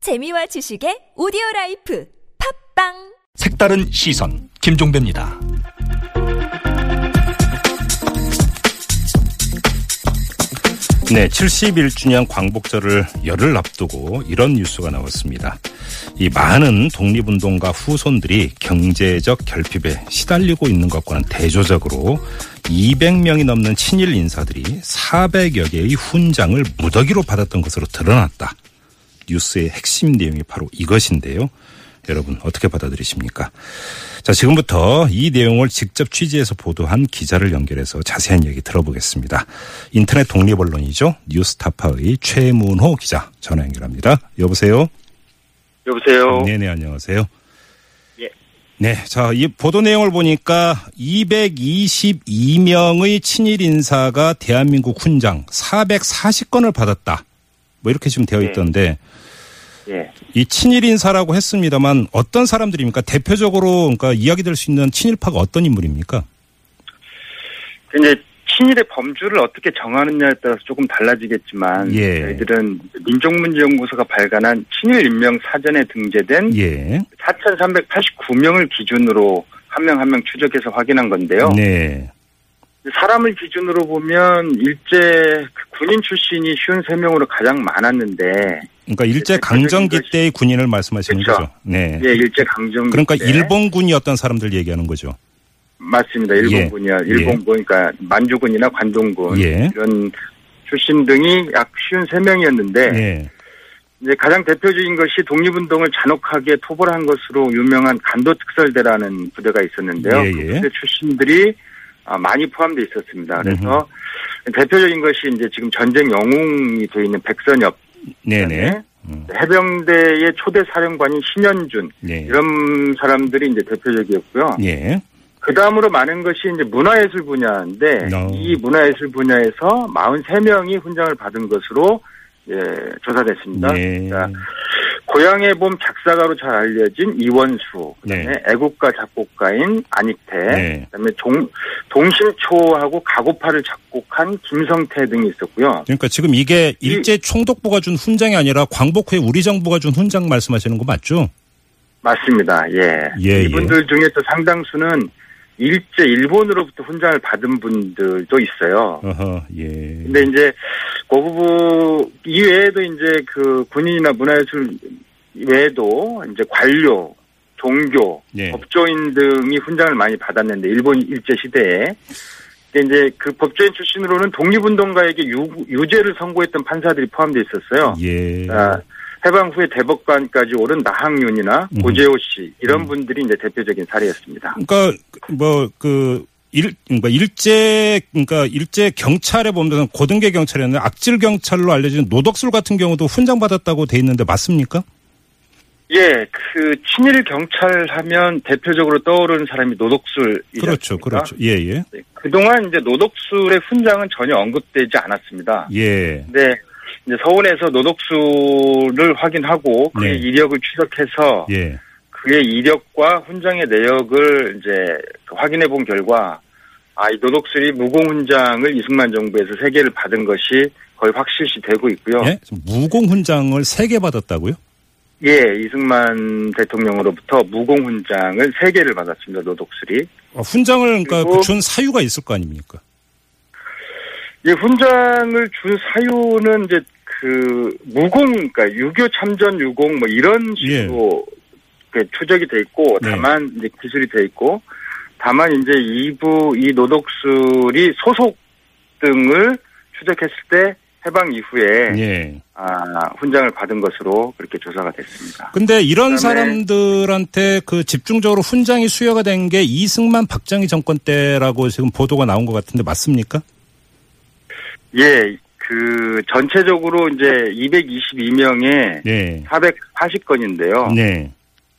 재미와 지식의 오디오 라이프 팝빵 색다른 시선 김종배입니다. 네, 71주년 광복절을 열흘 앞두고 이런 뉴스가 나왔습니다. 이 많은 독립운동가 후손들이 경제적 결핍에 시달리고 있는 것과는 대조적으로 200명이 넘는 친일 인사들이 400여 개의 훈장을 무더기로 받았던 것으로 드러났다. 뉴스의 핵심 내용이 바로 이것인데요. 여러분 어떻게 받아들이십니까? 자, 지금부터 이 내용을 직접 취재해서 보도한 기자를 연결해서 자세한 얘기 들어보겠습니다. 인터넷 독립 언론이죠. 뉴스타파의 최문호 기자 전화 연결합니다. 여보세요. 여보세요. 네네 안녕하세요. 어. 예. 네, 자, 이 보도 내용을 보니까 222명의 친일 인사가 대한민국 훈장 440건을 받았다. 뭐 이렇게 지금 되어 네. 있던데 네. 예. 이 친일 인사라고 했습니다만 어떤 사람들입니까? 대표적으로 그러니까 이야기될 수 있는 친일파가 어떤 인물입니까? 근데 친일의 범주를 어떻게 정하느냐에 따라서 조금 달라지겠지만 예. 저희들은 민족문제연구소가 발간한 친일 인명 사전에 등재된 예. 4,389명을 기준으로 한 명 한 명 추적해서 확인한 건데요. 네. 사람을 기준으로 보면 일제 그 군인 출신이 53명으로 가장 많았는데 그러니까 일제 강점기 대표적인 때의 군인을 말씀하시는 그쵸. 거죠. 네. 예, 네. 일제 강점기 그러니까 때. 일본군이었던 예. 사람들 얘기하는 거죠. 맞습니다. 일본군이요. 일본군, 그러니까 만주군이나 관동군 예. 이런 출신 등이 약 53명이었는데 예. 이제 가장 대표적인 것이 독립운동을 잔혹하게 토벌한 것으로 유명한 간도특설대라는 부대가 있었는데요. 예, 그 예. 부대 출신들이 아, 많이 포함돼 있었습니다. 그래서 대표적인 것이 이제 지금 전쟁 영웅이 돼 있는 백선엽, 네네. 그다음에 음. 해병대의 초대 사령관인 신현준 네. 이런 사람들이 이제 대표적이었고요. 예. 그 다음으로 많은 것이 이제 문화예술 분야인데 어. 이 문화예술 분야에서 43명이 훈장을 받은 것으로 예, 조사됐습니다. 예. 자, 고향의 봄 작사가로 잘 알려진 이원수, 그다음에 네. 애국가 작곡가인 안익태, 네. 그다음에 종, 동심초하고 가고파를 작곡한 김성태 등이 있었고요. 그러니까 지금 이게 일제 총독부가 준 훈장이 아니라 광복 후에 우리 정부가 준 훈장 말씀하시는 거 맞죠? 맞습니다. 예. 예, 이분들 중에 또 상당수는 일제 일본으로부터 훈장을 받은 분들도 있어요. 어허, 예. 근데 이제 그 부부 이외에도 이제 그 군인이나 문화예술 외에도 이제 관료, 종교, 예. 법조인 등이 훈장을 많이 받았는데 일본 일제 시대에 근데 이제 그 법조인 출신으로는 독립운동가에게 유, 유죄를 선고했던 판사들이 포함돼 있었어요. 예. 아, 해방 후에 대법관까지 오른 나항윤이나 음. 고재호 씨 이런 분들이 이제 대표적인 사례였습니다. 그러니까 뭐 그 일, 그러니까 일제 그러니까 일제 경찰에 보면 고등계 경찰이었는데 악질 경찰로 알려진 노덕술 같은 경우도 훈장 받았다고 돼 있는데 맞습니까? 예, 그 친일 경찰 하면 대표적으로 떠오르는 사람이 노독술이죠. 그렇죠, 그렇죠. 예, 예, 네, 그동안 이제 노독술의 훈장은 전혀 언급되지 않았습니다. 예, 근데 네. 이제 서울에서 노독술을 확인하고 그의 네. 이력을 추적해서 예. 그의 이력과 훈장의 내역을 이제 그 확인해 본 결과 아, 이 노독술이 무공훈장을 이승만 정부에서 세 개를 받은 것이 거의 확실시 되고 있고요. 예? 무공 훈장을 세 개 받았다고요? 예, 이승만 대통령으로부터 무공훈장을 세 개를 받았습니다. 노독술이. 아, 훈장을 그러니까 그리고- 준 사유가 있을 거 아닙니까? 이 예, 훈장을 준 사유는 이제 그 무공, 그러니까 유교 참전 유공 뭐 이런 식으로 그 추적이 돼 있고 예. 네. 다만 이제 기술이 돼 있고 다만 이제 이부 이 노독술이 소속 등을 추적했을 때 해방 이후에 예. 아, 훈장을 받은 것으로 그렇게 조사가 됐습니다. 근데 이런 그다음에- 사람들한테 그 집중적으로 훈장이 수여가 된 게 이승만 박정희 정권 때라고 지금 보도가 나온 것 같은데 맞습니까? 예, 그 전체적으로 이제 222명에 예. 440건인데요. 네.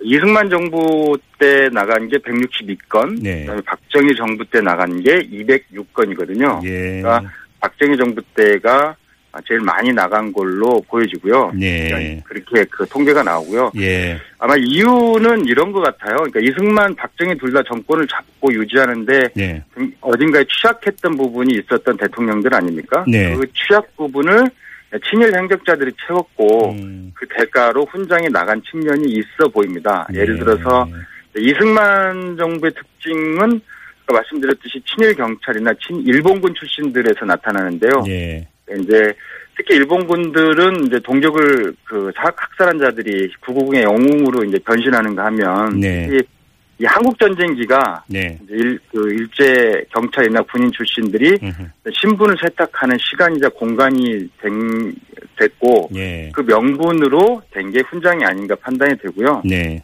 이승만 정부 때 나간 게 162건, 네. 그다음에 박정희 정부 때 나간 게 206건이거든요. 예. 그러니까 박정희 정부 때가 제일 많이 나간 걸로 보여지고요. 예. 그렇게 그 통계가 나오고요. 예. 아마 이유는 이런 것 같아요. 그러니까 이승만, 박정희 둘 다 정권을 잡고 유지하는데 예. 좀 어딘가에 취약했던 부분이 있었던 대통령들 아닙니까? 네. 그 취약 부분을 친일 행적자들이 채웠고 음, 그 대가로 훈장이 나간 측면이 있어 보입니다. 아, 예를 예. 들어서 네, 이승만 정부의 특징은 아까 말씀드렸듯이 친일 경찰이나 친일본군 출신들에서 나타나는데요. 네, 예. 이제 특히 일본군들은 이제 동격을 그 사- 학살한 자들이 구구궁의 영웅으로 이제 변신하는가 하면 네. 특히 이 한국 전쟁기가 네. 음, 이제 일, 그 일제 경찰이나 군인 출신들이 음흠. 신분을 세탁하는 시간이자 공간이 된, 됐고 예. 그 명분으로 된 게 훈장이 아닌가 판단이 되고요. 네.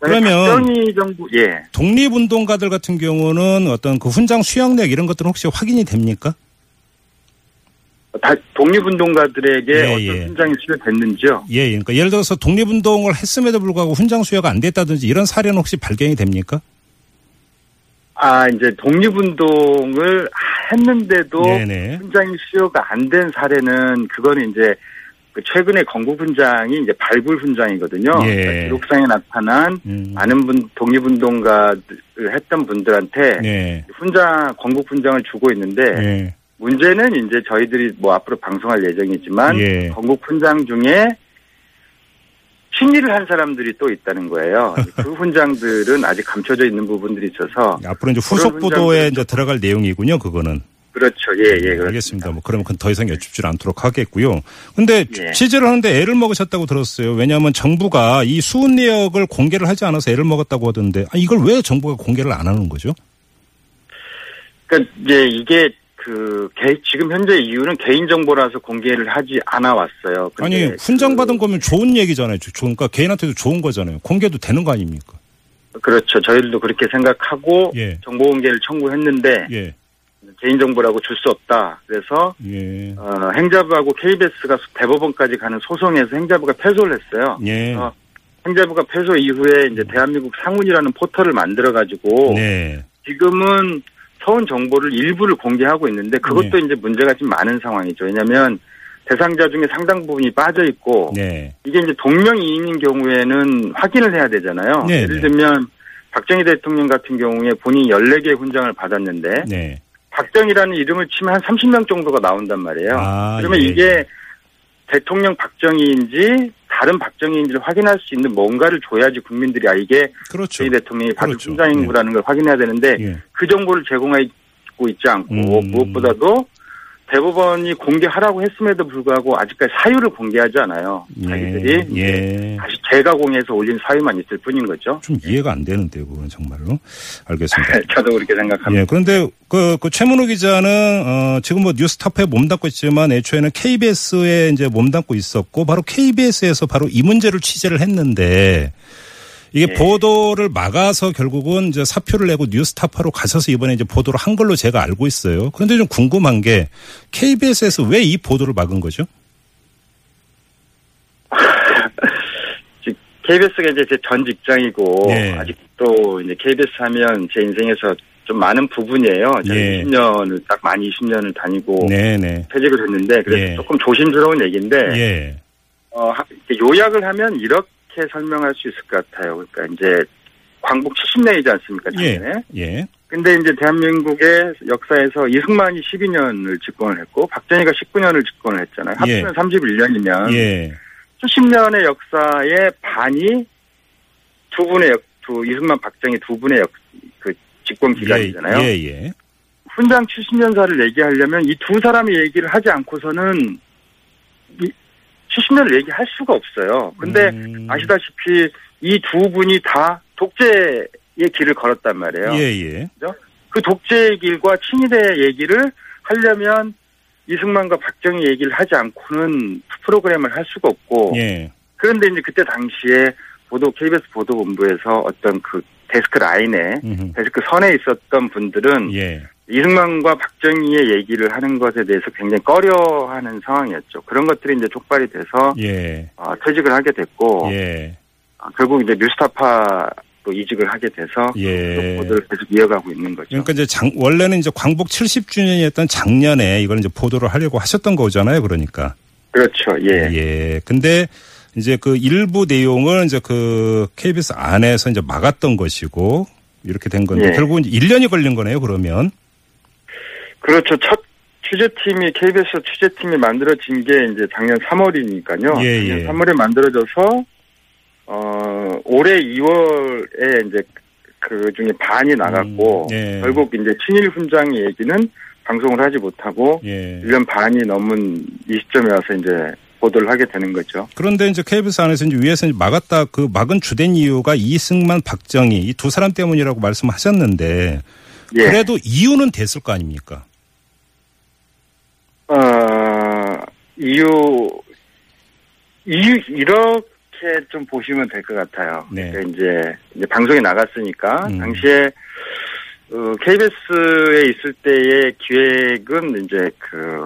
그다음에 그러면- 박정희 정부 예. 독립운동가들 같은 경우는 어떤 그 훈장 수양력 이런 것들은 혹시 확인이 됩니까? 다 독립운동가들에게 예, 어떤 예. 훈장이 수여됐는지요? 예, 그러니까 예를 들어서 독립운동을 했음에도 불구하고 훈장 수여가 안 됐다든지 이런 사례는 혹시 발견이 됩니까? 아 이제 독립운동을 했는데도 네네. 훈장이 수여가 안 된 사례는 그거는 이제 그 최근에 건국 훈장이 이제 발굴 훈장이거든요. 예. 그러니까 기록상에 나타난 음. 많은 분 독립운동가를 했던 분들한테 네. 훈장 건국 훈장을 주고 있는데 예. 문제는 이제 저희들이 뭐 앞으로 방송할 예정이지만 예. 건국 훈장 중에 친일을 한 사람들이 또 있다는 거예요. 그 훈장들은 아직 감춰져 있는 부분들이 있어서 앞으로 이제 후속 그런 보도에 훈장들- 이제 들어갈 내용이군요, 그거는. 그렇죠. 예, 예, 그렇습니다. 알겠습니다. 뭐 그러면 그건 더 이상 여쭙질 않도록 하겠고요. 근데 예. 취재를 하는데 애를 먹으셨다고 들었어요. 왜냐하면 정부가 이 수은 내역을 공개를 하지 않아서 애를 먹었다고 하던데 아, 이걸 왜 정부가 공개를 안 하는 거죠? 그러니까 이제 이게 그 개- 지금 현재 이유는 개인 정보라서 공개를 하지 않아 왔어요. 아니 근데 훈장 그- 받은 거면 좋은 얘기잖아요. 좋- 그러니까 개인한테도 좋은 거잖아요. 공개도 되는 거 아닙니까? 그렇죠. 저희들도 그렇게 생각하고 예. 정보 공개를 청구했는데 예, 개인 정보라고 줄 수 없다. 그래서 예, 어, 행자부하고 KBS가 대법원까지 가는 소송에서 행자부가 패소를 했어요. 예, 어, 행자부가 패소 이후에 이제 대한민국 상훈이라는 포털을 만들어 가지고 네, 지금은 서운 정보를 일부를 공개하고 있는데 네. 그것도 이제 문제가 좀 많은 상황이죠. 왜냐하면 대상자 중에 상당 부분이 빠져 있고 네, 이게 이제 동명이인인 경우에는 확인을 해야 되잖아요. 네, 네. 예를 들면 박정희 대통령 같은 경우에 본인이 14개의 훈장을 받았는데 네. 박정희라는 이름을 치면 한 30명 정도가 나온단 말이에요. 아, 그러면 예, 이게 대통령 박정희인지 다른 박정희인지를 확인할 수 있는 뭔가를 줘야지 국민들이 아 이게 그렇죠. 저희 대통령이 받은 그렇죠. 훈장인구라는 걸 확인해야 되는데 예. 그 정보를 제공하고 있지 않고 음. 무엇보다도 대법원이 공개하라고 했음에도 불구하고 아직까지 사유를 공개하지 않아요. 자기들이 예, 예. 다시 재가공해서 올린 사유만 있을 뿐인 거죠. 좀 이해가 안 되는데요, 그건 정말로. 알겠습니다. 네, 저도 그렇게 생각합니다. 예, 그런데 그, 그 최문호 기자는 어, 지금 뭐 뉴스타파에 몸담고 있지만 애초에는 KBS에 이제 몸담고 있었고 바로 KBS에서 바로 이 문제를 취재를 했는데 이게 예. 보도를 막아서 결국은 이제 사표를 내고 뉴스타파로 가셔서 이번에 이제 보도를 한 걸로 제가 알고 있어요. 그런데 좀 궁금한 게 KBS에서 왜 이 보도를 막은 거죠? KBS가 이제 제 전 직장이고 네. 아직도 이제 KBS 하면 제 인생에서 좀 많은 부분이에요. 제가 예. 20년을 딱 많이 20년을 다니고 네네. 퇴직을 했는데 그래서 예. 조금 조심스러운 얘기인데 예. 어, 하- 이렇게 요약을 하면 이렇게 설명할 수 있을 것 같아요. 그러니까 이제 광복 70년이지 않습니까? 예. 작년에. 예. 근데 이제 대한민국의 역사에서 이승만이 12년을 집권을 했고 박정희가 19년을 집권을 했잖아요. 예. 합치면 31년이면 예. 70년의 역사의 반이 두 분의 역, 두 이승만 박정희 두 분의 역, 그 집권 기간이잖아요. 예, 예. 훈장 70년사를 얘기하려면 이 두 사람의 얘기를 하지 않고서는 이 70년을 얘기할 수가 없어요. 근데 음. 아시다시피 이 두 분이 다 독재의 길을 걸었단 말이에요. 예, 예. 그 독재의 길과 친일의 얘기를 하려면 이승만과 박정희 얘기를 하지 않고는 프로그램을 할 수가 없고 예. 그런데 이제 그때 당시에 보도 KBS 보도본부에서 어떤 그 데스크 라인에 음흠. 데스크 선에 있었던 분들은 예. 이승만과 박정희의 얘기를 하는 것에 대해서 굉장히 꺼려하는 상황이었죠. 그런 것들이 이제 촉발이 돼서 예. 어, 퇴직을 하게 됐고 예. 어, 결국 이제 뉴스타파로 이직을 하게 돼서 예. 보도를 계속 이어가고 있는 거죠. 그러니까 이제 장, 원래는 이제 광복 70주년이었던 작년에 이걸 이제 보도를 하려고 하셨던 거잖아요. 그러니까. 그렇죠. 예. 예. 근데 이제 그 일부 내용을 이제 그 KBS 안에서 이제 막았던 것이고 이렇게 된 건데 예. 결국은 이제 1년이 걸린 거네요. 그러면. 그렇죠. 첫 취재팀이 KBS 취재팀이 만들어진 게 이제 작년 3월이니까요. 예, 예. 3월에 만들어져서 어 올해 2월에 이제 그 중에 반이 나갔고 음, 예. 결국 이제 친일 훈장 얘기는 방송을 하지 못하고 예. 1년 반이 넘은 이 시점에 와서 이제 보도를 하게 되는 거죠. 그런데 이제 KBS 안에서 이제 위에서 이제 막았다 그 막은 주된 이유가 이승만 박정희 이 두 사람 때문이라고 말씀하셨는데 예. 그래도 이유는 됐을 거 아닙니까? 어, 이유, 이유, 이렇게 좀 보시면 될 것 같아요. 네. 그러니까 이제, 이제 방송에 나갔으니까, 음. 당시에, 어, KBS에 있을 때의 기획은 이제 그,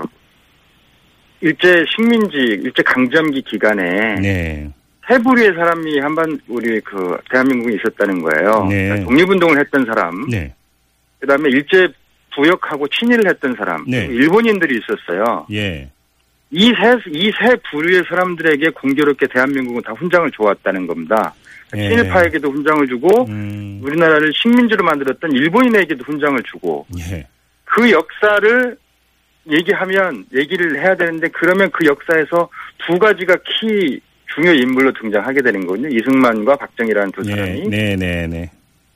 일제 식민지, 일제 강점기 기간에 네. 해부리의 사람이 한반 우리 그 대한민국에 있었다는 거예요. 네. 그러니까 독립운동을 했던 사람, 네. 그다음에 일제 부역하고 친일을 했던 사람, 네. 그리고 일본인들이 있었어요. 예. 이 세, 이 세 부류의 사람들에게 공교롭게 대한민국은 다 훈장을 줘왔다는 겁니다. 예. 친일파에게도 훈장을 주고, 음. 우리나라를 식민지로 만들었던 일본인에게도 훈장을 주고, 예. 그 역사를 얘기하면, 얘기를 해야 되는데, 그러면 그 역사에서 두 가지가 키 중요 인물로 등장하게 되는 거거든요. 이승만과 박정희라는 두그 사람이. 예. 네, 네, 네.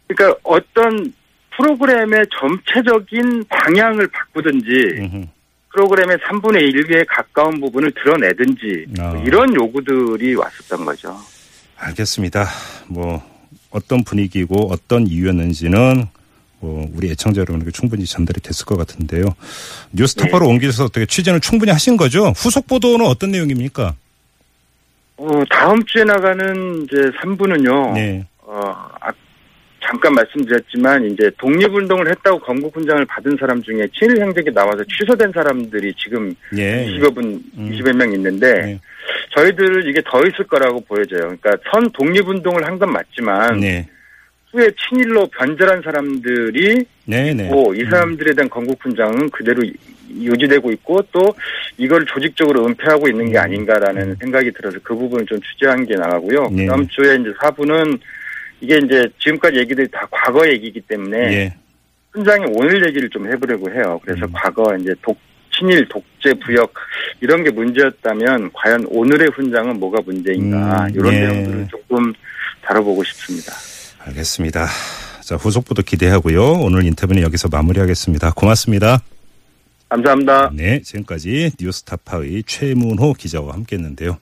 그러니까 어떤 프로그램의 전체적인 방향을 바꾸든지, 음흠. 프로그램의 3분의 1에 가까운 부분을 드러내든지 아. 뭐 이런 요구들이 왔었던 거죠. 알겠습니다. 뭐 어떤 분위기고 어떤 이유였는지는 뭐 우리 애청자 여러분에게 충분히 전달이 됐을 것 같은데요. 뉴스타파로 예. 옮기셔서 어떻게 취재는 충분히 하신 거죠? 후속 보도는 어떤 내용입니까? 어, 다음 주에 나가는 이제 3부는요. 어, 아, 네. 잠깐 말씀드렸지만 이제 독립운동을 했다고 건국훈장을 받은 사람 중에 친일 행적이 나와서 취소된 사람들이 지금 예. 20여 분, 음. 20여 명 있는데 네. 저희들은 이게 더 있을 거라고 보여져요. 그러니까 선 독립운동을 한 건 맞지만 네. 후에 친일로 변절한 사람들이 네, 네. 있고, 뭐 이 사람들에 대한 건국훈장은 그대로 유지되고 있고 또 이걸 조직적으로 은폐하고 있는 게 음. 아닌가라는 생각이 들어서 그 부분을 좀 취재한 게 나가고요. 네. 다음 주에 이제 사부는 이게 이제 지금까지 얘기들이 다 과거 얘기이기 때문에 예. 훈장의 오늘 얘기를 좀 해보려고 해요. 그래서 음. 과거 이제 독 친일 독재 부역 이런 게 문제였다면 과연 오늘의 훈장은 뭐가 문제인가 음, 이런 예. 내용들을 조금 다뤄보고 싶습니다. 알겠습니다. 자, 후속 보도 기대하고요. 오늘 인터뷰는 여기서 마무리하겠습니다. 고맙습니다. 감사합니다. 네, 지금까지 뉴스타파의 최문호 기자와 함께했는데요.